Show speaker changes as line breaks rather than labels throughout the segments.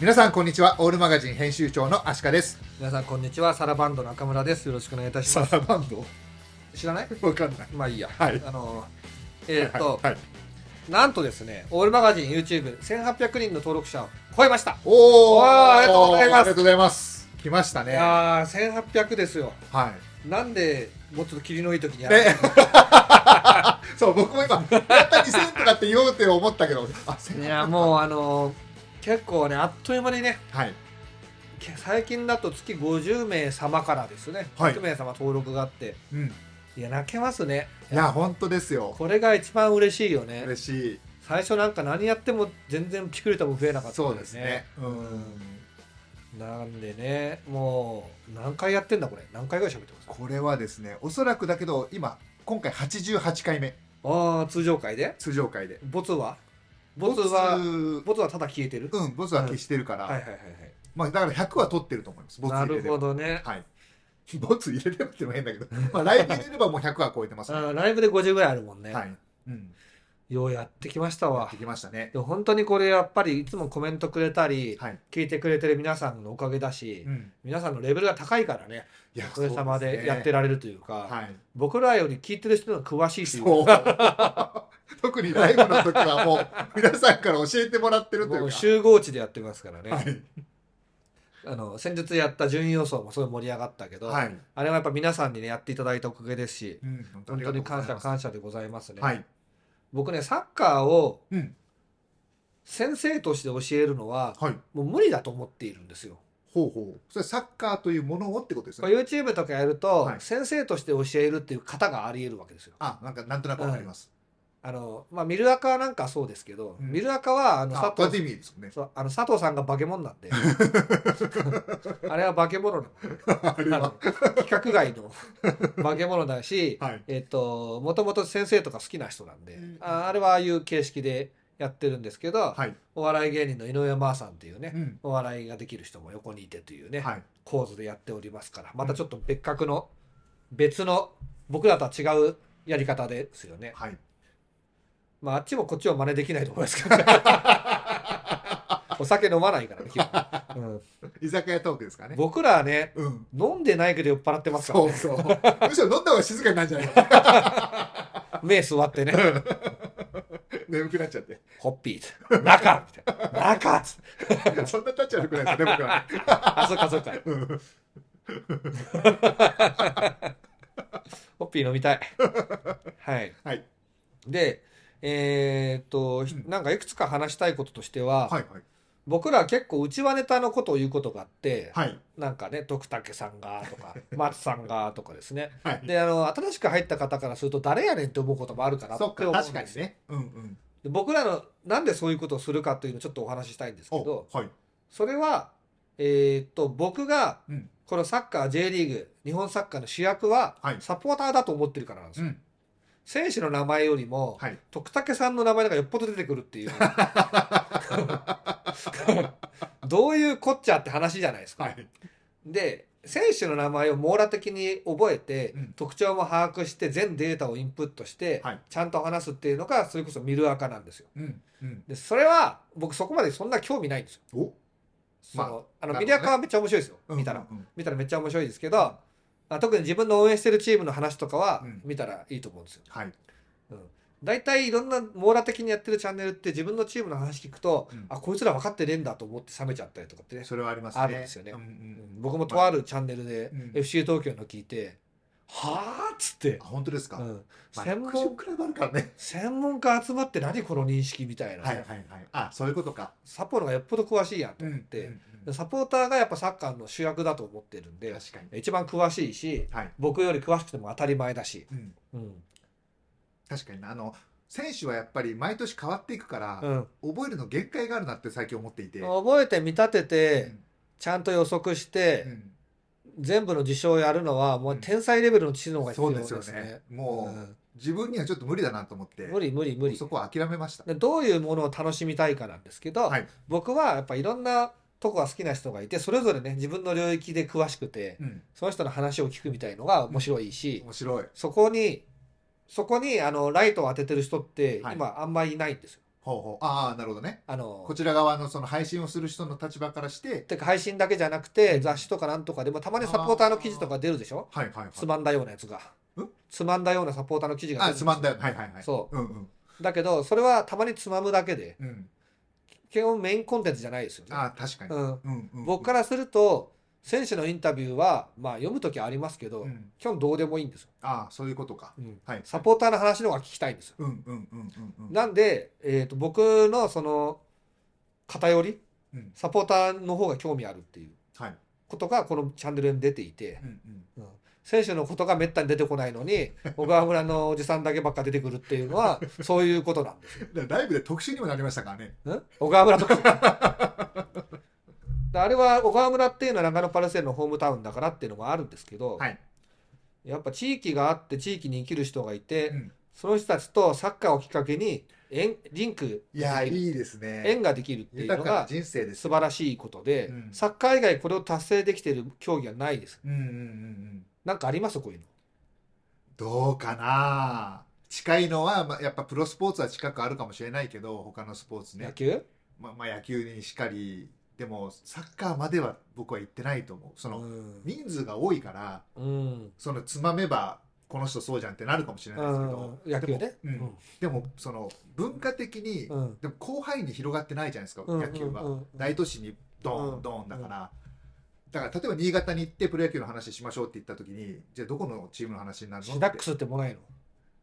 皆さんこんにちはオールマガジン編集長のアシカです
皆さんこんにちはサラバンド中村ですよろしくお願いいたします
ラバンド
知らない
わかんない
まあいいや、
はい
あのえーっと、
はいはい
なんとですねオールマガジン YouTube1800 人の登録者を超えました
おー
わあありがとうございま
あり
す
がとうございます来ました
い
ねは
やー1800ですよなんでもうちょっと霧のいい時に
い
やる、
ね そう僕も今やった2000とかって言おうって思ったけどあ1000
いやも うあの結構ねあっという間にね
はい
け最近だと月50名様からですね、
はい
100名様登録があって
うんい
いや泣けますね
や本当ですよ
これが一番嬉しいよね
嬉しい
最初なんか何やっても全然ピクリとも増えなかった
そうですねうん
なんでねもう何回やってんだこれ何回ぐらい喋ってます
これはですねおそらくだけど今今回88回目
ああ通常回で
通常回で
ボツはボツはボツはただ消えてる、
うんボツは消してるから、
はいはいはいはい
まあだから100は取ってると思いますボツ
な
入れ
る
れば
ほどね、
はい ボツ入れればってのも変だけど まあライブ入れればもう100は超えてますね
あーライブで50ぐらいあるもんね、
はいうん
ようやってきました
やっ
わ
てきましたね
でも本当にこれやっぱりいつもコメントくれたり、
はい
聞いてくれてる皆さんのおかげだし、
うん
皆さんのレベルが高いからね
いや
おかげさまでやって
る
られるというか
はい
僕らより聞いてる人の方が詳しいというか
そう 特にライブの時はもう皆さんから教えてもらってるとい
も
う
う
か
集合地でやってますからね、
はい
あの先日やった順位予想もすごい盛り上がったけど、
はい
あれはやっぱ皆さんにねやっていただいたおかげですし
うん本
本当に感謝
謝
感謝でございますね、
はい
僕ねサッカーを
うん
先生として教えるのは
はい
もう無理だと思っているんですよ。
ほうほうそれサッカーというものをってことです
こ
ね
れ YouTube とかやると、
はい
先生として教えるっていう方がありえるわけですよ。
あなんかなんとなくわかります
あのまあミルアカなんかはそうですけど、
うん
ミルアカはあの
あ
佐
こうやって
藤
意味ですもんね
そうあの佐藤さんが化け物な んであれは化け物なの
あれ
あの
は
規格外の化け物だし、
はい
えっと、もともと先生とか好きな人なんで、
うん
ああれはああいう形式でやってるんですけど、
はい
お笑い芸人の井上真央さんっていうね、
うん
お笑いができる人も横にいてというね、
はい
構図でやっておりますから、またちょっと別格の、別の、僕らとは違うやり方ですよね。
はい
まあ、あっちもこっちも真似できないと思いますけど、ね、 お酒飲まないからね基本、
居酒屋トークですか
うん
ね。
僕らはね、
うん。
飲んでないけど酔っ払ってますから、
そ
ね
う、そう。むしろ飲んだ方が静かになるんじゃないか。
目座ってね。
眠くなっちゃ って。
ホッピー、中みたいな。中っつって
そんな立ち悪くないですよね、僕は。
あ、そっかそっか。
うん
ホッピー飲みたい。はい。
はい。
で、えーっと、ひ
うん
なんかいくつか話したいこととしては、
はい
僕ら結構内輪ネタのことを言うことがあって、
はい。はい。
なんかね、徳武さんがとか、松さんがとかですね。
はい。
で、あの、新しく入った方からすると誰やねんって思うこともあるかなって
そっ
思うんで
か、
す
確かにね。うんうん。
で僕らの、なんでそういうことをするかというのをちょっとお話ししたいんですけど
お、はい。
それは、えーっと、僕が、
うん。
このサッカー J リーグ、日本サッカーの主役は
はい、
サポーターだと思ってるからなんです
う
よ。
ん。
選手の名前よりも、
はい。
徳武さんの名前がよっぽど出てくる っていう。どういうこっちゃって話じゃないですか。
はい。
で、選手の名前を網羅的に覚えて、
うん
特徴も把握して、全データをインプットして、
はい
ちゃんと話すっていうのが、それこそミルアカなんですよ。
うん。うん。
で、それは、僕そこまでそんな興味ないんですよ。
お
その、あ、の、
なるほどね
ミルアカはめっちゃ面白いですよ。見たら。。
うん
見たらめっちゃ面白いですけど、あ、特に自分の応援してるチームの話とかは
うん
見たらいいと思うんですよ。
はい。
大体いろんな網羅的にやってるチャンネルって自分のチームの話聞くと、
うん
あこいつら分かってねえんだと思って冷めちゃったりとかってね、
それはありますね。
あるんですよね
うんう。
うんん僕もとあるチャンネルで
うん
FC 東京の聞いて「はあ?」っつって
あ、、本当ですか。
うん
まあ
専
60
門
くらいはあるからね。
専門家集まって何この認識みたいな、
はいはいはい。あ、そういうことか。
サポのがよっぽど詳しいやんと思って、
うん
でサポーターがやっぱサッカーの主役だと思ってるん
うん
で
確かに。
一番詳しいし
はい。
僕より詳しくても当たり前だし、
うん。
うん
確かになあの選手はやっぱり毎年変わっていくから
う、ん、
覚えるの限界があるなって最近思っていて、
覚えて見立てて、
うん
ちゃんと予測して、
うん
全部の事象をやるのはもう天才レベルの知能が必
そ
要
う
で
です
すね
よ。ねもう、
うん
自分にはちょっと無理だなと思って
無理無理無理
そ。こは諦めました
でどういうものを楽しみたいかなんですけど、
はい
僕はやっぱいろんなとこが好きな人がいてそれぞれね自分の領域で詳しくて
うん
その人の話を聞くみたいのが面白いし、
面白い
そこにそこにあのライトを当ててる人って
はい
今あんまりいないんですよ。
ほうほうああなるほどね
あの
こちら側のその配信をする人の立場からして
てか配信だけじゃなくて雑誌とかなんとかでもたまにサポーターの記事とか出るでしょ
はいはいはい
つまんだようなやつが
うん
つまんだようなサポーターの記事が出
あ
る
つまんだよはいはいはい
そう
うんうん
だけどそれはたまにつまむだけで
うん
基本メインコンテンツじゃないですよね、
ああ確かに
うん、
うんうん
僕からすると選手のインタビューはまあ読む時はありますけど、
うん
基本どうでもいいんですよ、
ああそういうことか
うん
はい
サポーターの話の方が聞きたいんですよ
うんうんうんうんうん
なんで、えー、と僕のその偏り
うん
サポーターの方が興味あるっていう
はい
ことがこのチャンネルに出ていて
う、んうん
選手のことがめったに出てこないのに小川村のおじさんだけばっか出てくるっていうのはそういうことなんですよ。
だからライブで特集にもなりましたからね
ん小川村とかあれは小川村っていうのは長野パルセールのホームタウンだからっていうのもあるんですけど、
はい
やっぱ地域があって地域に生きる人がいて、
うん
その人たちとサッカーをきっかけに縁リンク
いや
できる
いいですね
縁ができるっていう
豊
の
かな
が
人生です
素晴らしいことで、
うん
サッカー以外これを達成できてる競技はないです。
うんうんうんうん
なんかありますこういうの。
どうかな近いのは、まあ、やっぱプロスポーツは近くあるかもしれないけど他のスポーツ
野
ね、
球
まあ、まあ野球にしかりでもサッカーまでは僕は行ってないと思うその、
うん
人数が多いから
うん
そのつまめばこの人そうじゃんってなるかもしれないですけど、
うん野球ね。
でも,、うん、でもその文化的に、
うんうん
でも広範囲に広がってないじゃないですか、
うん
野球は、
うんうん
大都市にド
う
ン
ん
ドンだから、だから例えば新潟に行ってプロ野球の話しましょうって言った時にじゃあどこのチームの話になるの
シダッ
って
クスってもないの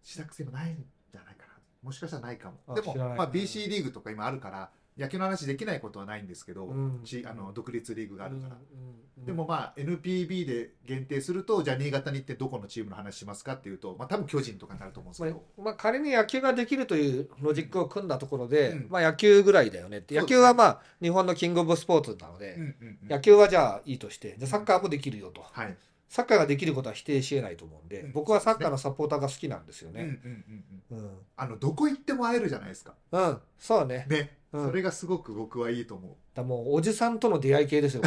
シダックスでもないんじゃないかな。もしかしたらないかも。
あ
で
知らな
も、
い
まあ、BC リーグとか今あるから、野球の話できないことはないんですけど、
うん
ちあの独立リーグがあるから。
うんうん
でもまあ NPB で限定するとじゃあ新潟に行ってどこのチームの話しますかっていうとまあ多分巨人とかになると思うんです
ま
け
あ
ど、
まあ、仮に野球ができるというロジックを組んだところで、
うん
まあ、野球ぐらいだよねって
そう
野
ですね
球はまあ日本のキングオブスポーツなので、
うんうんうん
野球はじゃあいいとしてじゃあサッカーもできるよと
はい、
サッカーができることは否定しえないと思うんで、
うん
僕はサッカーのサポーターが好きなんですよ
うんうん
ね。
うんうん
うん、うん
あのどこ行っても会えるじゃないですか
そうね
ね、
うん
それがすごく僕はいいと思う
だからもうおじさんとの出会い 系ですよ。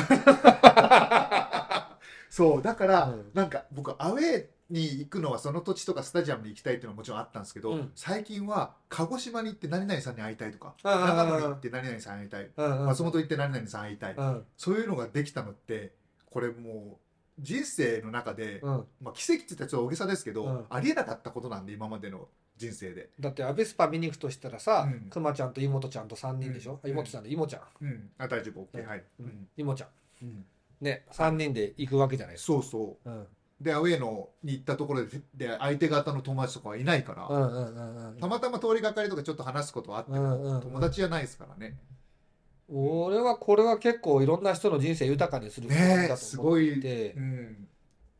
そうだから、
うん
なんか僕アウェーに行くのはその土地とかスタジアムに行きたいっていうのはもちろんあったんですけど、
うん
最近は鹿児島に行って何々さんに会いたいとか
うんうんうん
長野に行って何々さんに会いたい
うんうん
松本行って何々さんに会いたい、
うん
そういうのができたのってこれもう人生の中で、
うん、
まあ、奇跡って言ったらちょっと大げさですけど、
うん
ありえなかったことなんで今までの人生で、
だってアビスパ見に行くとしたらさ、
うん
クマちゃんと妹ちゃんと3人でしょ、
うん
妹ちゃんで妹ちゃん
うん、あ大丈夫 OK、
うん
はい、うん
妹ちゃんね3人で行くわけじゃないですか。
そうそう
うん
でアウェーのに行ったところでで相手方の友達とかはいないから、
うんうんうんうん
たまたま通りがかりとかちょっと話すことはあって
うんうん
友達じゃないですからね。
俺はこれは結構いろんな人の人生豊かにする
ねえ
だ
す
と思っ
ごい。
て、
うん。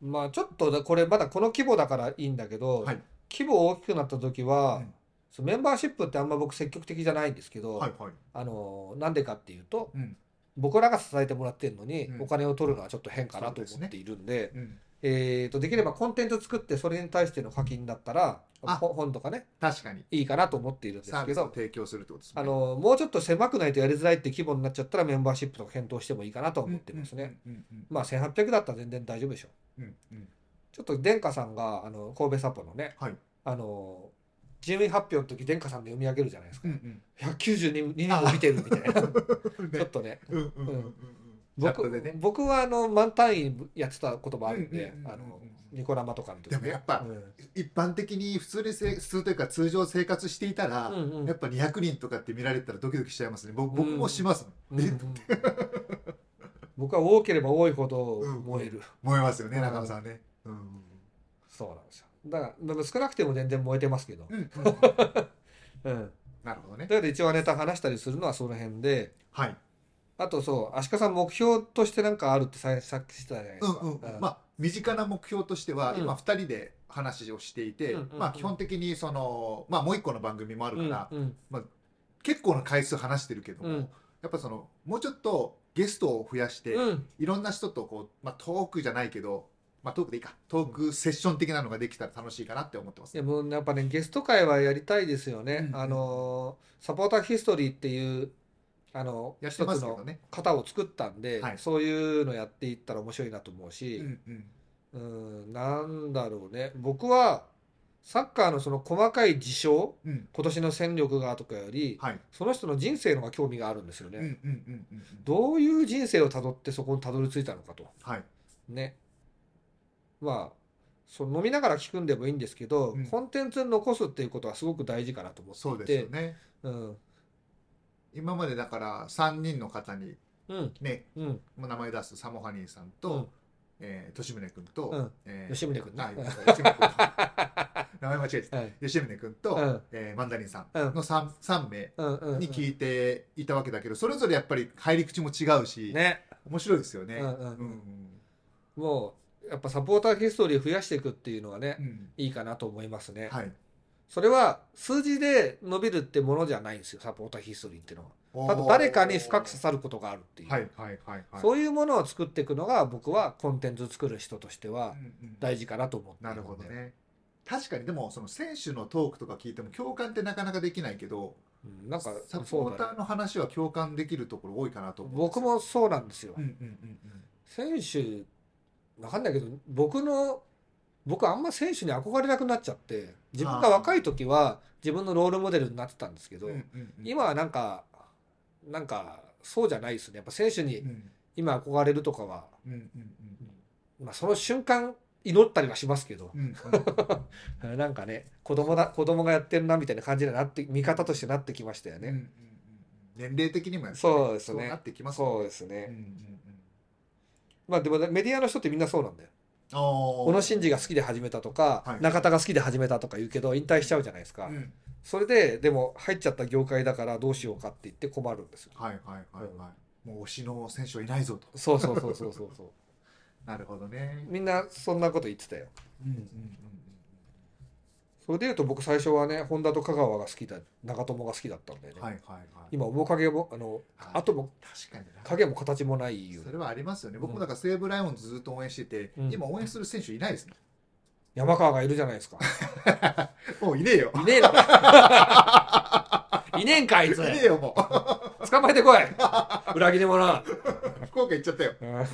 まあちょっとこれまだこの規模だからいいんだけど、
はい
規模大きくなった時は、
うん
そうメンバーシップってあんま僕積極的じゃないんですけど、
はいはい。
あのなんでかっていうと、
うん
僕らが支えてもらってるのに、
うん
お金を取るのはちょっと変かなと
そうです
思
ね
っているんで、
うん、
えー、とできればコンテンツ作ってそれに対しての課金だったら
あ
ほ本とかね
確かに
いいかなと思っているんです
サー
け
ビスを
ど
提供するってことですね。
あのもうちょっと狭くないとやりづらいって規模になっちゃったらメンバーシップとか検討してもいいかなとは
うん
思ってますね。。
うんうん
まあ1800だったら全然大丈夫でしょ。
うんうんうん
ちょっと殿下さんがあの神戸サポのね、
はい
あの順位発表の時殿下さんで読み上げるじゃないですか
う。ん
192人も見てるみたいな。ち
うん。
ょ
ね
っとね。
うんうんうんうんうん。チャット
僕
でね。
僕はあの満単位やってたこともあるんで
うんうんうん、うん
あのニコ生とかの時
でもやっぱ
うん
一般的に普通にせ普通というか通常生活していたら、
うんうん
やっぱ200人とかって見られたらドキドキしちゃいますね。僕僕もしますもん。
うんう
え
ん僕は多ければ多いほど燃える。
燃えますよね
うん
中野さんね。うんうんうん
そうなんですよ。だからでも少なくても全然燃えてますけど。
うんうん。
うん。
なるほどね
だ。けど一応ネタ話したりするのはその辺で、
はい。
あとそう、アシカさん目標としてなんかあるってささっき言ってたじゃないで
うん
すか。
うんうん、まあ身近な目標としては、
うん
今2人で話をしていて、
うんうんうん
まあ、基本的にその、まあ、もう1個の番組もあるから、
うんうん
結構な回数話してるけども、
うん
やっぱそのもうちょっとゲストを増やして、
うん
いろんな人とこう、まあ、トークじゃないけど、まあ、トークでいいかトークセッション的なのができたら楽しいかなって思ってます
い。やもうやっぱねゲスト会はやりたいですよね、
うん
あのーサポーターヒストリーっていうあの
やっ
一
てま
つ
すけど
の
ね。
型を作ったんで、
はい
そういうのやっていったら面白いなと思うし、
うん
うん、なんだろうね僕はサッカーのその細かい事象
うん
今年の戦力がとかより
はい
その人の人生の方が興味があるんですよね、
うんうんうんうんうん
どういう人生をたどってそこにたどり着いたのかと
はい
ねまあその飲みながら聞くんでもいいんですけど、
うん
コンテンツに残すっていうことはすごく大事かなと思っていて
そうですよね
うん
今までだから3人の方に
うん
ね
うん
もう名前出すサモハニーさんと、
うん
えー、利宗君と、
うん
えー
吉宗君ね
あごめんなさい吉宗君名前間違えてた
はい
吉宗君と、
うん
えーマンダリンさん
うん
の 3, 三名
うんうんうん
に聞いていたわけだけどそれぞれやっぱり入り口も違うし、
ね
面白いですよね。
うんうんうん
うん
もうやっぱサポーターヒストリー増やしていくっていうのはね、
うん
いいかなと思いますね、
はい、
それは数字で伸びるってものじゃないんですよサポーターヒストリーっていうのはただ誰かに深く
さ
刺さることがあるっていう、
はいはいはいはい。
そういうものを作っていくのが僕はコンテンツ作る人としては
うんうん
大事かなと思ってい
な
る
るほ
の
ど
で、
ね。確かにでもその選手のトークとか聞いても共感ってなかなかできないけど
うんなんか
サポ
そう
ータ
だね
ーの話は共感できるところ多いかなと思うんです
僕
よ
もそうなんですよ、
うんうんうんうん
選手わかんないけど僕の僕あんま選手に憧れなくなっちゃって自分が若い時は自分のロールモデルになってたんですけど、今はなんかなんかそうじゃないですねやっぱ選手に
うん
今憧れるとかは、
うんうんうん
まあ、その瞬間祈ったりはしますけど
うんうん
なんかね子供だ子供がやってるなみたいな感じになって見方としてなってきましたよ
うんうんうんうん
ね、
年齢的にもやっぱり
そうですね
そうなってきます
そう
で
ですね、
うんうんうん
まあでもねメディアの人ってみんなそうなんだよ
あー
小野伸二が好きで始めたとか、
はい
中田が好きで始めたとか言うけど引退しちゃうじゃないですか、
うん
それででも入っちゃった業界だからどうしようかって言って困るんですよ
はいはいはいはいもう推しの選手はいないぞと
そうそうそうそうそうそう
なるほどね
みんなそんなこと言ってたよ
うんうんうん
それで言うと僕最初はね本田と香川が好きだ長友が好きだったんでね、
うんはいはいはい
今面影もあの
はい
後も
確かにな
影も形もないよ
それはありますよね僕
うん
もだから西武ライオンズずっと応援してて
うん
今応援する選手いないですね
山川がいるじゃないですか
もういねえよ
いねえのか いねえんかあい
い
つ
ねえよもう
捕まえてこい裏切り者
福岡行っちゃったよ
うん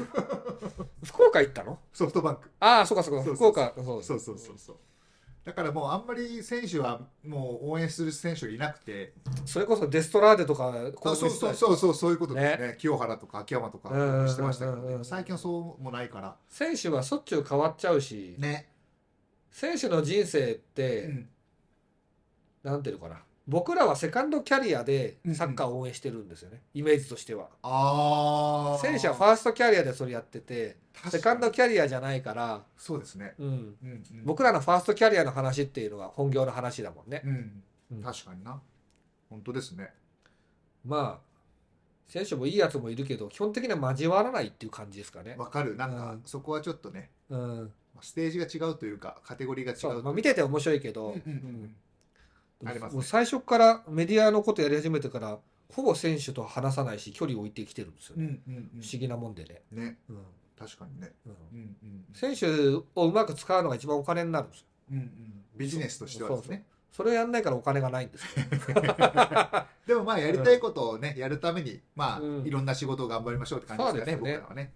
福岡行ったの
ソフトバンク
ああそうかそうか
そう
福
そう
岡そう
そうそうそうそうだからもうあんまり選手はもう応援する選手いなくて
それこそデストラーデとか
そうそうそうそうそうそういうことですね清原とか秋山とか
うん
してましたけど
うんうんう
ね
ん
最近はそうもないから
選手はしょっちゅう変わっちゃうし、
ね
選手の人生って、
うん
なんていうのかな僕らはセカンドキャリアで
うんうん
サッカーを応援してるんですよね、イメージとしては
ああ
選手はファーストキャリアでそれやっててセカンドキャリアじゃないから、
そうですね
うん、
うんうん
僕らのファーストキャリアの話っていうのは本業の話だもんね、
うん
うん
確かにな本当ですね
まあ選手もいいやつもいるけど基本的には交わらないっていう感じですかね、
わかるなん
う
か
ん
そこはちょっとね
うん、
ステージが違うというかカテゴリーが違う
そう、ま
と
あ、
いう
見てて面白いけど、
うんうんうんありますね
もう最初からメディアのことやり始めてからほぼ選手と話さないし距離を置いてきてるんですよ
う
ね、
んうんうん
不思議なもんでね、
ね
うん
確かにね
うん
うんうん
選手をうまく使うのが一番お金になるんですよ
うんうんビジネスとしてはですね
それをやんないからお金がないんですよ
でもまあやりたいことをね、やるためにまあ、
うん
いろんな仕事を頑張りましょうって感じですかね
そうですね
僕らはね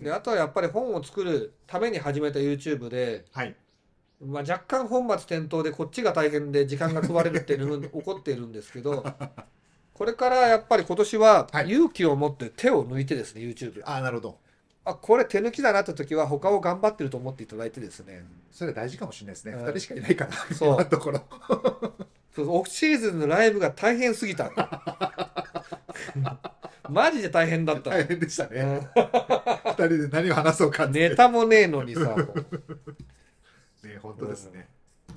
であとはやっぱり本を作るために始めた YouTube で、
はい
まあ、若干本末転倒でこっちが大変で時間が食われるってい うのが起こっているんですけどこれからやっぱり今年は
はい
勇気を持って手を抜いてですね YouTube
ああなるほど
あこれ手抜きだなって時は他を頑張ってると思っていただいてですね
それは大事かもしれないですね、
う
二
ん
人しかいないから
そう
今のところ
そうオフシーズンのライブが大変すぎ たマジで大変だった、
大変でした
う
ね
ん
二人で何を話そうかって
ネタもねえのにさ、も
ね本当ですね、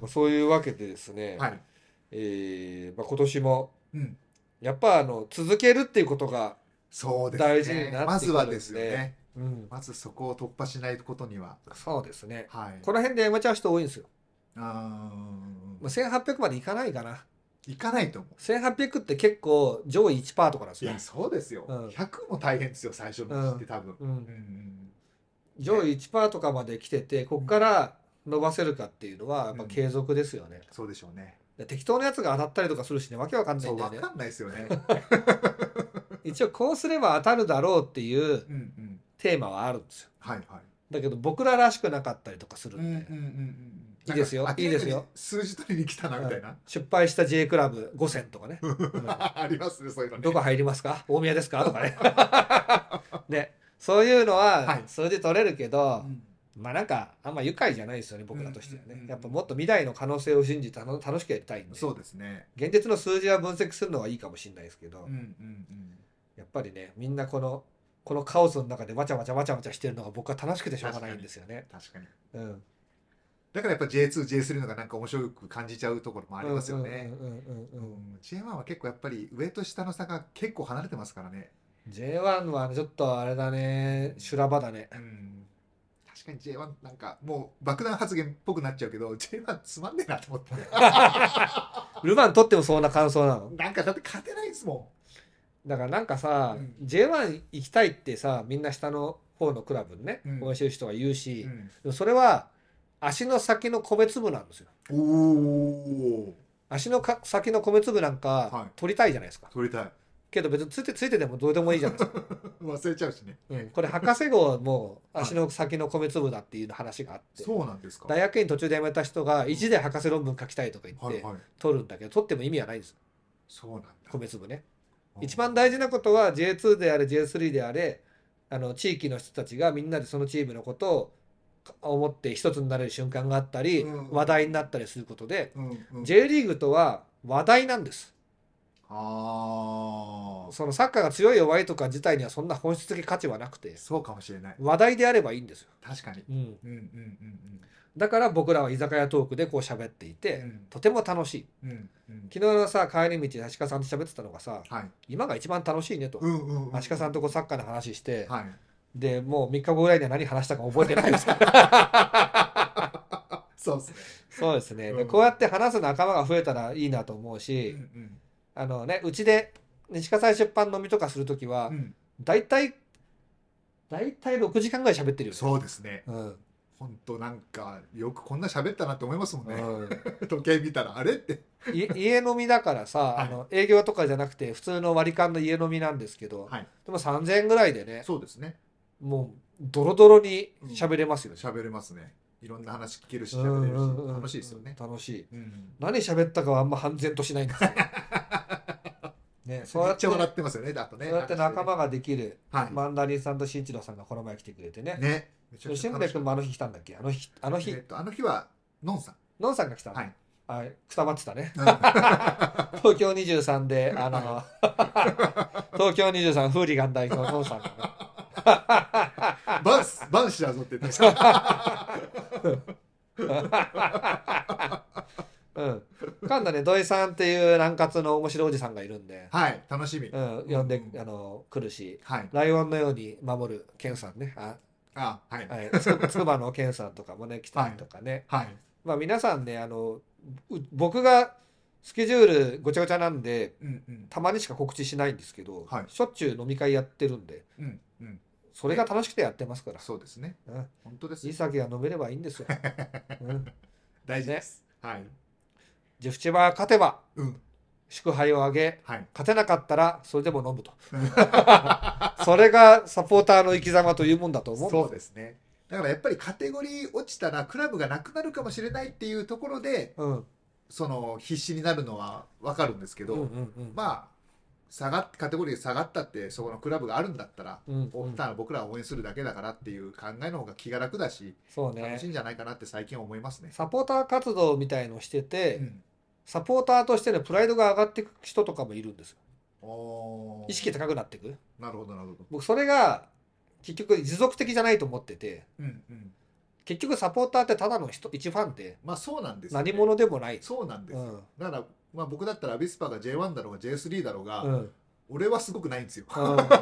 うそういうわけでですね、
はい、
えーまあ、今年も
うん、
やっぱあの続けるっていうことが、
そうですね
大事になってくるんで
まずはですよね
うん、
まずそこを突破しないことには
そうですね。
はい
この辺でやめちゃう人多いんですよ。
あ
まあ、1800までいかないかな。
行かないと思う
1800って結構上位1%とかなんです
い
よ
や。そうですよ、
うん
100も大変ですよ最初の時って多分、
う、
うんん
上位1%とかまで来てて、ここから伸ばせるかっていうのは、やっぱ継続ですよね。
そうでしょうね
で適当なやつが当たったりとかするしね、わけわかんない
そ
ん
う
だよ
分
ね。
かんないですよね
一応、こうすれば当たるだろうっていう
うんうん
テーマはあるんですよ。
はいはい
だけど僕ららしくなかったりとかする
うんうんうん
ん
うん
で、
うん
いいですよ
なんか
いいですよ
明らかに数字取りに来たなみたいな
失敗した J クラブ5選とかね、
ありますねそういうのね
どこ入りますか大宮ですかと かねねそういうの
は
はい数字取れるけど、
うん
まあなんかあんま愉快じゃないですよね僕らとしては
う
ね、
んうんうん
やっぱもっと未来の可能性を信じて楽楽しくやりたいんで
そうですね
現実の数字は分析するのはいいかもしれないですけど、
うんうん
やっぱりねみんなこのこのカオスの中でわちゃわちゃわちゃわちゃしてるのが僕は楽しくてしょうがないんですよね
うん。確かに
うん、
だからやっぱ J2J3 のがなんか面白く感じちゃうところもありますよね
う
う
んうんうんうんうんうん
ん J1 は結構やっぱり上と下の差が結構離れてますからね
J1 はちょっとあれだね修羅場だね。
うん確かに J1 なんかもう爆弾発言っぽくなっちゃうけど J1 つまんねえなと思 って
ルヴァン取ってもそんな感想なの
なんかだって勝てないですも
だからなんかさ、
うん
J1 行きたいってさみんな下の方のクラブにね、
うん、
応援してる人が言うんし、
うん
でもそれは足の先の米粒なんですよ。
おお
足のか先の米粒なん
は
か
い
取りたいじゃないですか。
取りたい
けど別についてついててもどうでもいいじゃないですか。
忘れちゃうしね
うんこれ博士号はもう足の先の米粒だっていう話があって、
そうなんですか
大学院途中で辞めた人が意地で博士論文書きたいとか言
はい
って
はい
取るんだけど取っても意味はないんです
そうなんだ
米粒ね。
うん
一番大事なことは J2 であれ J3 であれあの地域の人たちがみんなでそのチームのことを思って一つになれる瞬間があったり、
うん
話題になったりすることで、
うんうん、
J リーグとは話題なんです
ああ
そのサッカーが強い弱いとか自体にはそんな本質的価値はなくて
そうかもしれない
話題であればいいんですよ、
確かに
うん、
うんうんうん
だから僕らは居酒屋トークでこう喋っていて、
うん
とても楽しい
うんうんうん
昨日のさ帰り道足利さんと喋ってたのがさ
はい
今が一番楽しいねと、
うんうんうん
足利さんとこうサッカーの話して、
はい
でもう3日後ぐらいには何話したか覚えてな いですから
そうですね
そうですね、で
うん
こうやって話す仲間が増えたらいいなと思うし、
うん
あのねうちで西葛西出版飲みとかする時は
うんうん
大体大体6時間ぐらい喋ってるよね
そうですね
うん
本当なんかよくこんな喋ったなって思いますもんね
うん
時計見たらあれって
い家飲みだからさ、
はい
あの営業とかじゃなくて普通の割り勘の家飲みなんですけど、
はい
でも3000円ぐらいでね
そうですね
もうドロドロに喋れますよね、
喋れますねいろんな話聞けるし
うん
喋れる
うんう
し
ん
楽しいですよね
楽しい
うん
何喋ったかはあんま半然としないん ですよねそう
め
や
っ
っ
ち
て
ゃ
そう
笑ってますよねあとね
やって仲間ができる、
はい
マンダリンさんと新一郎さんがこの前来てくれてね
ねめちゃくち
吉
ゃ
野
楽
部
しかっ
君もあの日来たんだっけあの日あの
た
日
えっとあの日はのんさん
のんさんが来たの、
はい
あくたばってたね
うん
東京23であの 東京23フーリガン代表のんさんがね
バンス、バンシだぞって言ってました。
うん、今度ね土井さんっていうランカツの面白いおじさんがいるんで、
はい、楽しみ。
うん、呼んで、
うん
あの来るし
はい。
ライオンのように守るケンさんねあ、
あ、はい。
はい、つ つばのケンさんとかもね来たりとかね、
はい。
まあ皆さんねあのう僕がスケジュールごちゃごちゃなんで
うんうん。
たまにしか告知しないんですけど、
はい
しょっちゅう飲み会やってるんで
うんうん。
それが楽しくてやってますから、
そうですね。
うん、
本当です
いい。酒が飲めればいいんで すよ、うん、
大事です。はい。
ジェフチバは勝てば
うん。
祝杯をあげ
はい。
勝てなかったらそれでも飲むと それがサポーターの生き様というもんだと思う
そうですね。だからやっぱりカテゴリー落ちたらクラブがなくなるかもしれないっていうところで、
うんうん
その必死になるのはわかるんですけ
うん
ど、
うん
まあ、下がっカテゴリーが下がったって、そこのクラブがあるんだったら、
うんう
僕
ん
たら僕らは応援するだけだからっていう考えの方が気が楽だし、
そう
楽
ね
しいんじゃないかなって最近思いますね。
サポーター活動みたいのをしてて、
うん
サポーターとしてのプライドが上がっていく人とかもいるんですよ
おー
意識高くなっていく
なるほどなるほど
僕それが結局持続的じゃないと思ってて
うんうん
結局サポーターってただの人一ファンって
まあそうなんですよね
何者でもない、
そうなんです
う
よ、
ん
だから、まあ、僕だったらアビスパが J1 だろうが J3 だろうが、
うん
俺はすごくないんですよ、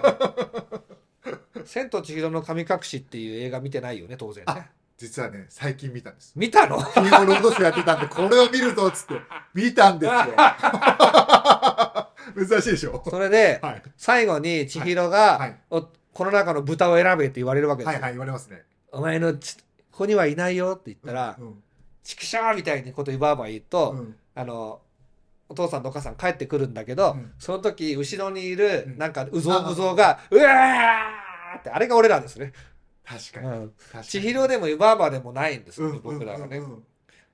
うん 千と千尋の神隠しっていう映画見てないよね当然ね
あ実はね最近見たんです
見たの
金曜ロードショーやってたんでこれを見るぞっつって見たんですよ 珍しいでしょ
それで
はい
最後に千尋
は
が
い
「おこの中の豚を選べ」って言われるわけで
は
す
い
よ
はい言われますね
「お前のちここにはいないよ」って言ったら
うん
「ちくしょう」みたいなこと言ばば言う
う
と
ん
あのお父さんとお母さん帰ってくるんだけど
うん
その時後ろにいる
うん
なんかうぞうむぞうが「うわー!」ってあれが俺らですね
確か
う
に。
ん、
確かに
千尋でも湯婆婆でもないんです
う
よ
ん、
ね僕らがね
うん
だか
うん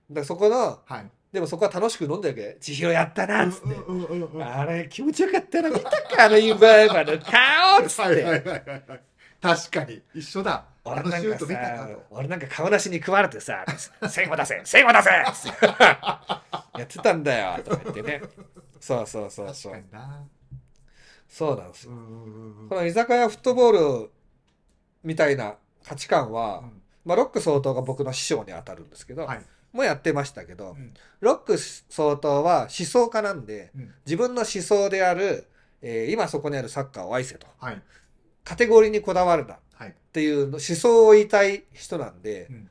うん
らそこの
はい。
でもそこは楽しく飲んでるわけ千尋やったなっつって
うんうんうんうんは
あれ気持ちよかったな見たかあの湯婆婆の顔っ
い
つ
は
っ
いはい
て
はい。確かに。一緒だ。あ
俺
の
な
シュ
ん
ー
か
ト見たか
さ
と。
俺なんか顔なしに食われ てさ「線を出せ線を出せ!」 やってたんだよとか言ってねそうそうそう
確
そ
か
う
にな。
そうなんですよ
うんうんうん
この居酒屋フットボールみたいな価値観は、
う
まあ、ロック総統が僕の師匠に当たるんですけど、
ん。はい。
もうやってましたけど、
うん
ロック総統は思想家なんで
うん
自分の思想である、えー今そこにあるサッカーを愛せと
はい。
カテゴリーにこだわるなっ
はい。
ていう思想を言いたい人なんで、
うん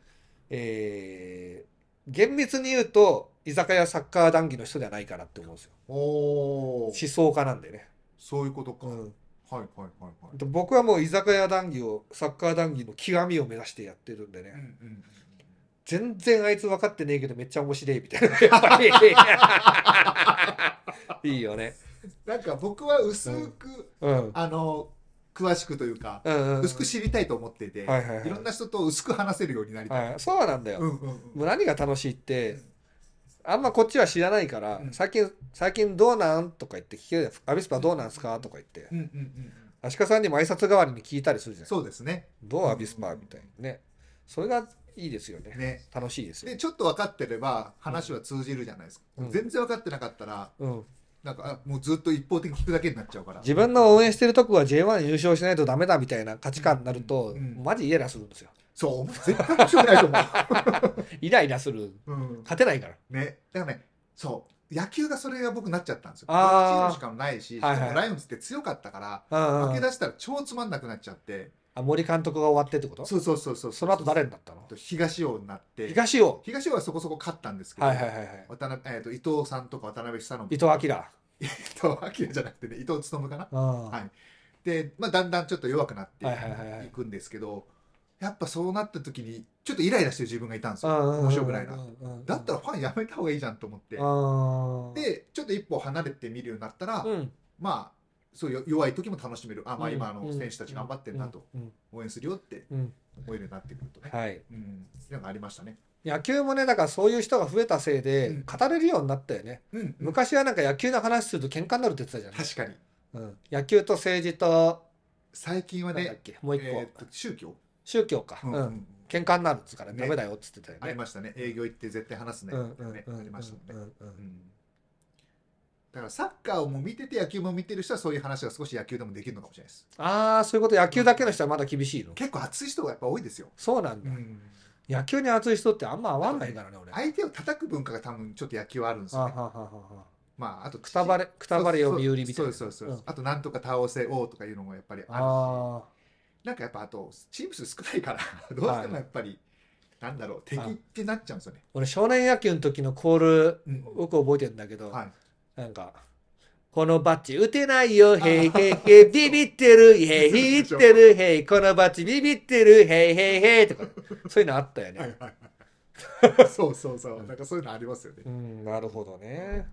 えー厳密に言うと居酒屋サッカー談義の人ではないかなって思うんですよ
おお
思。想家なんでね、
そういうことか。
う
はい
ん、
はいはいはい。
で僕はもう居酒屋談義をサッカー談義の極みを目指してやってるんでね、
うんうんうん
全然あいつ分かってねえけどめっちゃ面白いみたいな やっぱり いいよね、
なんか僕は薄く、
うん、
あの詳しくというか、
うんうん
薄く知りたいと思っていて、
はいいはいはい
ろんな人と薄く話せるようになりたい。
はい、そうなんだよ、
うんうんうん
もう何が楽しいって
ん
あんまこっちは知らないから、
うん
最近「最近どうなん?」とか言って聞けるやつ「アビスパどうなんすか?」とか言って
うんうんうん
足利さんにも挨拶代わりに聞いたりするじゃない
そうですね。
どうアビスパみたいなねそれがいいですよね
ね。
楽しいですよ、
でちょっと分かってれば話は通じるじゃないですか、
うん
全然分かってなかったら
うん、
なんかあもうずっと一方的に聞くだけになっちゃうから
自分の応援してるとこは J1 優勝しないとダメだみたいな価値観になると、
うんうん
マジイライラするんですよ
そう絶対面白くないと
イライラする
思う、うん、
勝てないから
ねだからねそう野球がそれが僕なっちゃったんですよ
あ
どっ
ー
ちのしかもないし、
はいはい
しかもライオンズって強かったから
あ
負け出したら超つまんなくなっちゃって
あ森監督が終わってってことそ
そうそうそうそう
の後誰になったの
と東尾になって東
東尾
尾はそこそこ勝ったんですけど、
はいはいはいはい
渡辺えー、と伊藤さんとか渡辺久信
伊藤明
伊藤明じゃなくてね伊藤勉かな
うん
はいで、まあ、だんだんちょっと弱くなって
はいはいはいはい
いくんですけど、やっぱそうなった時にちょっとイライラしてる自分がいたんです
う
よ、
んうんうんうんうんうん
面白くないな、
うん
だったらファンやめた方がいいじゃんと思って、
うん
でちょっと一歩離れて見るようになったら、
うん
まあそうよ弱い時も楽しめるあ、まあ、
うん
今あの
うん
選手たち頑張ってるなと、
うん
応援するよって
うん
思えるようになってくるとね、
はい
うん、なんかありましたね、
野球もねだからそういう人が増えたせいで
うん
語れるようになったよね
うんうん
昔はなんか野球の話すると喧嘩になるって言ってたじゃない
確かに
うん野球と政治と
最近は
なんだっ
ね、
けもう一個
えーと宗教、
宗教か
うん
う
うんん
喧嘩になるっつうから
ね
ダメだよっつってたよ
あり
ね
ましたね営業行って絶対話すね、
うんうん
ね
うん
ありましたもんね、
うんうんうん
だからサッカーをも見てて野球も見てる人はそういう話が少し野球でもできるのかもしれないです
ああそういうこと野球だけの人はまだ厳しいの
結構熱い人がやっぱ多いですよ、
そうなんだ野球に熱い人ってあんま合わないからね俺
相手を叩く文化が多分ちょっと野球はあるんです
あは
よ
は
ね
はは
まああと
くたば
れ
れくたばれ読売みたい
そう
な
そうそうそううんあとなんとか倒せ王とかいうのもやっぱりあるし
あ
なんかやっぱあとチーム数少ないから どうしてもやっぱり、なんだろう敵ってなっちゃうんですよね
ー俺少年野球の時のコール
うん
よく覚えてるんだけど、
はい
なんか「このバッチ打てないよへいへいへいビビっ てるへいビビってるへいこのバッチビビってるへいへいへい」とかそういうのあったよね、
はいはいはいそうそうそうなんかそういうのありますよね
うんなるほどね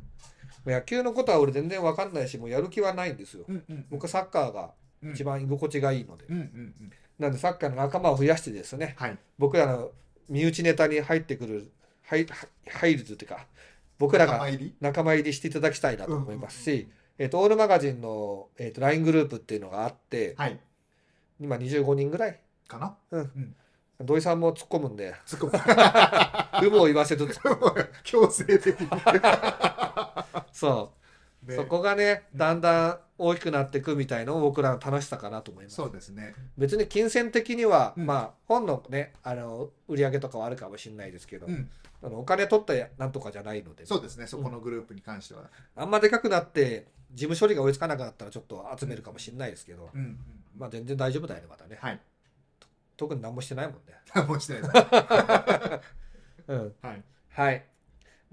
野球のことは俺全然わかんないしもうやる気はないんですよ
うんうん
僕はサッカーが
うん
一番居心地がいいので、
うんうんうん
なんでサッカーの仲間を増やしてですね
はい
僕らの身内ネタに入ってくる入入るというか僕ら
仲間
が
入り
仲間入りしていただきたいなと思いますし、えっとオールマガジンの、えっと LINE グループっていうのがあって
はい
今25人ぐらい
かな
土井さんも突っ込むん で
そこ
有無を言わせると
強制的に、
そう
ね
そこがねだんだん大きくなっていくみたいのを僕らの楽しさかなと思います
そうですね
別に金銭的には、
うん
まあ本のねあの売り上げとかはあるかもしれないですけど、
うん
あのお金取ったやなんとかじゃないので
そうですねそこのグループに関しては
あんまでかくなって事務処理が追いつかなくなったらちょっと集めるかもしれないですけど、
うん、うん
まあ全然大丈夫だよねまたね、
はい
特に何もしてないもんね
何もしてないです
うん
はい
はい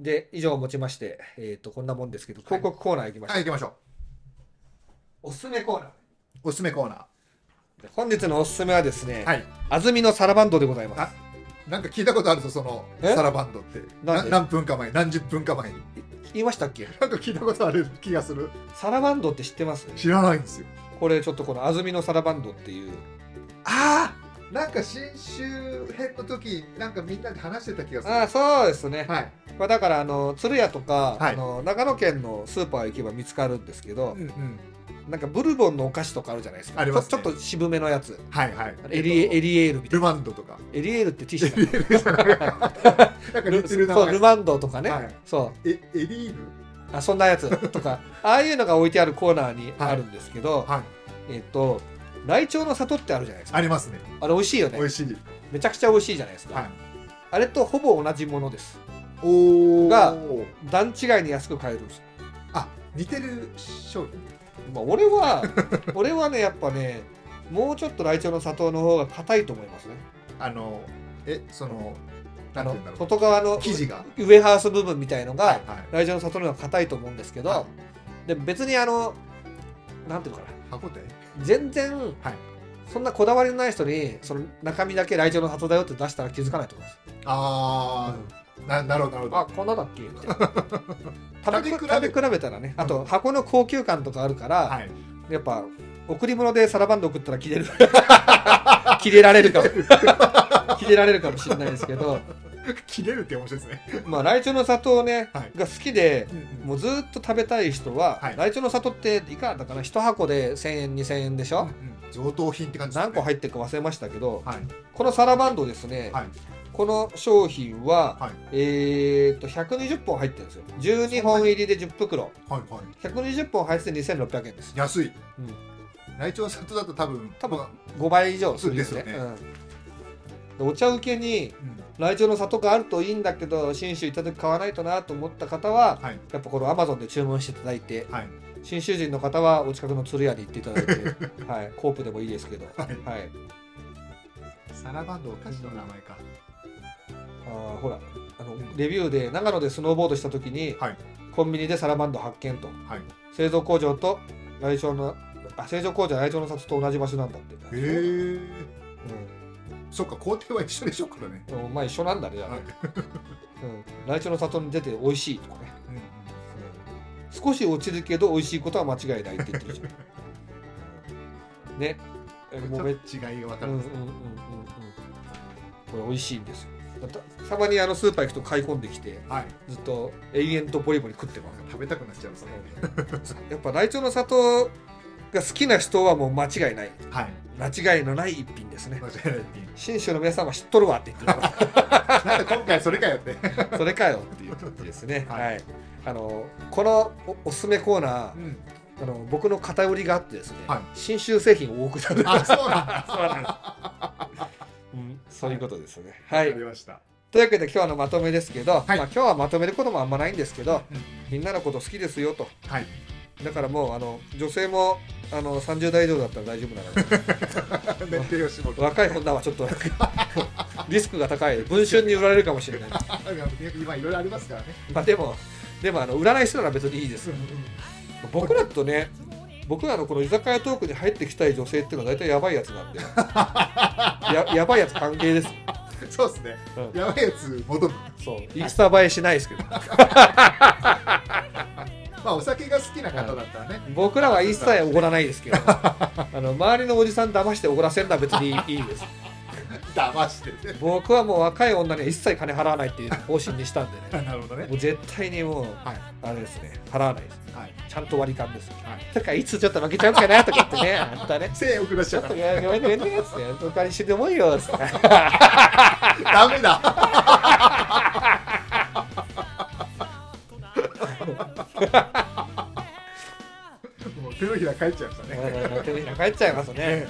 で以上をもちまして、えー、とこんなもんですけど広告コーナー行きましょう、
はい行きましょ
おすすめコーナー
うおすすめコーナ
で本日のおすすめはですね、
ーはい
安住のサラバンドでございます
あなんか聞いたことあるぞその
え
サラバンドって
なん
な
で
何分か前何十分か前に
言いましたっけ
なんか聞いたことある気がする
サラバンドって知ってます
知らないんですよ
これちょっとこの安住のサラバンドっていう
あなんか新州編の時なんかみんなで話してた気がする
ああそうですね、
はい
まあ、だからあの鶴屋とか、
はい
あの長野県のスーパー行けば見つかるんですけど
う、んうん
なんかブルボンのお菓子とかあるじゃないですか
ありますね
ちょちょっと渋めのやつ
はいはい
エリエエリエールみたい
ルマンドとか
なエリエールってティッシュだ
なんか
ル
似てる名
そうル
前
マンドとかね、
はい
そう
えエリール
あそんなやつとかああいうのが置いてあるコーナーにあるんですけど、
はい
えっとライチョウの里ってあるじゃないですか
ありますね
あれ美味しいよね
美味しい
めちゃくちゃ美味しいじゃないですか、
はい
あれとほぼ同じものです
おお
が段違いに安く買えるんですよ
あ似てる商品
まあ、俺 は俺はねやっぱねもうちょっとライチョウの里の方が硬いと思いますね
あのえそのな
あ
んて
の
言うんだろ
外側の
う生地が
上ハース部分みたいのが、
はいはい
ライチョウの里の方が硬いと思うんですけど、
は
でも別にあのなんていうのか
歯応え
な全然、そんなこだわりのない人にその中身だけライチョウの里だよって出したら気づかないと思います、
ああななるほどなるほ
あ
ど
こんなだっけみた いな食べ
食べ比べ
食べ比べたらねあと箱の高級感とかあるから、
はい
やっぱ贈り物でサラバンド送ったら切れる 切れられるかも切れられるかもしれないです けど
切れるって面白いですね
まあライチョウの里をね、
はい
が好きで
も
もうずーっと食べたい人は、
はい
ライチョウの里っていかがだかな1箱で1000円2000円でしょ、
う上等品って感じです
何
ね
個入ってるか忘れましたけど
はい
このサラバンドですね、
はい
この商品は、
はい
えーっと120本入ってるんですよ12本入りで10袋
はいはい
120本入って2600円です
安い
うん
ライチョウの里だと多分
多分
まあ
5倍以上するよね
そうですよ
うん、お茶受けに
うん
ライチョウの里があるといいんだけど信州行った時買わないとなと思った方は、
はい
やっぱこのアマゾンで注文していただいて
はい
信州人の方はお近くの鶴屋に行っていただいて、はい、コープでもいいですけど、
は
はいい
サラバンドお菓子の名前か
あーほらあのレビューで長野でスノーボードした時に、
はい
コンビニでサラバンド発見と
はい
製造工場とライチョウのあ製造工場ライチョウの里と同じ場所なんだって、
へえそっか工程は一緒でしょうからね
うん、お前一緒なんだねじゃあね
はい
うん、ライチョウの里に出て美味しいとかね、
うん
少し落ちるけど美味しいことは間違いないって言ってるじゃん ねえ
ち
もうめ
ょ
っ
っと違いが分か
う
る
んうんうんうんうんこれ美味しいんですよだたたまにあのスーパー行くと買い込んできて
はい
ずっと永遠とボリボリ食ってます
食べたくなっちゃいますね
やっぱライチョウの里が好きな人はもう間違いない
はい
間違いのない一品ですね
間違いないってい
信州の皆さんは知っとるわって言ってるから
うなんで今回それかよって
それかよっていう感じですね。
は
はいい、あのこのおおすすめコーナー、
うん
あの僕の偏りがあってですね、
はい
新州製品を多くなる。
あそうなんだ
そうなんです。うん、そういうことですね。は
わ
い
かり。ました
というわけで今日のまとめですけど、まあ今日はまとめることもあんまないんですけど、
うん
みんなのこと好きですよと。
はい
だからもうあの女性もあの30代以上だったら大丈夫な ので、
年齢吉本
若い女はちょっとリスクが高い。文春に売られるかもしれない。
今いろいろありますからね
まあでもでもあの売らない人なら別にいいです。僕らとね僕らのこの居酒屋トークに入ってきたい女性っていうのは大体やばいやつな んでややばいやつ関係です、
そうですね
うん
やばいやつ求む
そうインスタ映えしないですけど
まあお酒が好きな方だったらね
僕らは一切おごらないですけどあの周りのおじさん騙しておごらせるのは別にいい です
騙してて
僕はもう若い女には一切金払わないっていう方針にしたんで ね
なるほどね
もう絶対にもう
はい
あれですね払わないです
はい
ちゃんと割り勘です、
はい
だからいつちょっと負けちゃうかなとか言ってねあんたね
性欲出しち
ち
ゃ
ょ
う
っ
か
とやめてねっつってお金してもいいよっつって
らダメだもう手のひら返っちゃいましたね
手に帰っちゃいますね。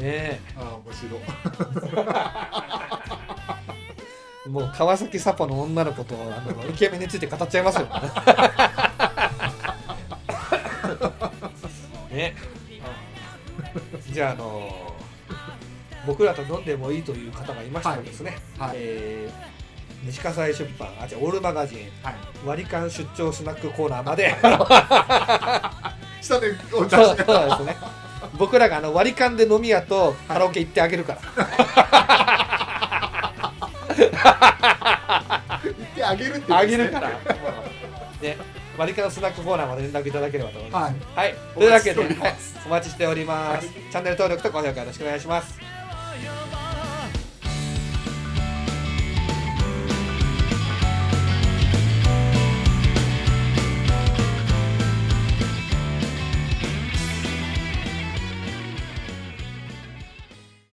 ね
ああ面白い
え、もう川崎サポの女の子とあのイケメンについて語っちゃいますよね。 ね じゃあ、あの僕らと飲んでもいいという方がいましたらですね、
はい
えー西葛西出版、あ、じゃあオールマガジン、
は
割り勘出張スナックコーナーまで、
い下でお出
そうそ
して
うですね、僕らがあの割り勘で飲み屋とカラオケ行ってあげるから。
言ってあげるって言
あ
うんです
げ
ね
るから。 ね、割り勘スナックコーナーまで連絡いただければと思います。
はい
はい、というわけで、
お待ちしております
はいお待ちしております。チャンネル登録と高評価よろしくお願いします。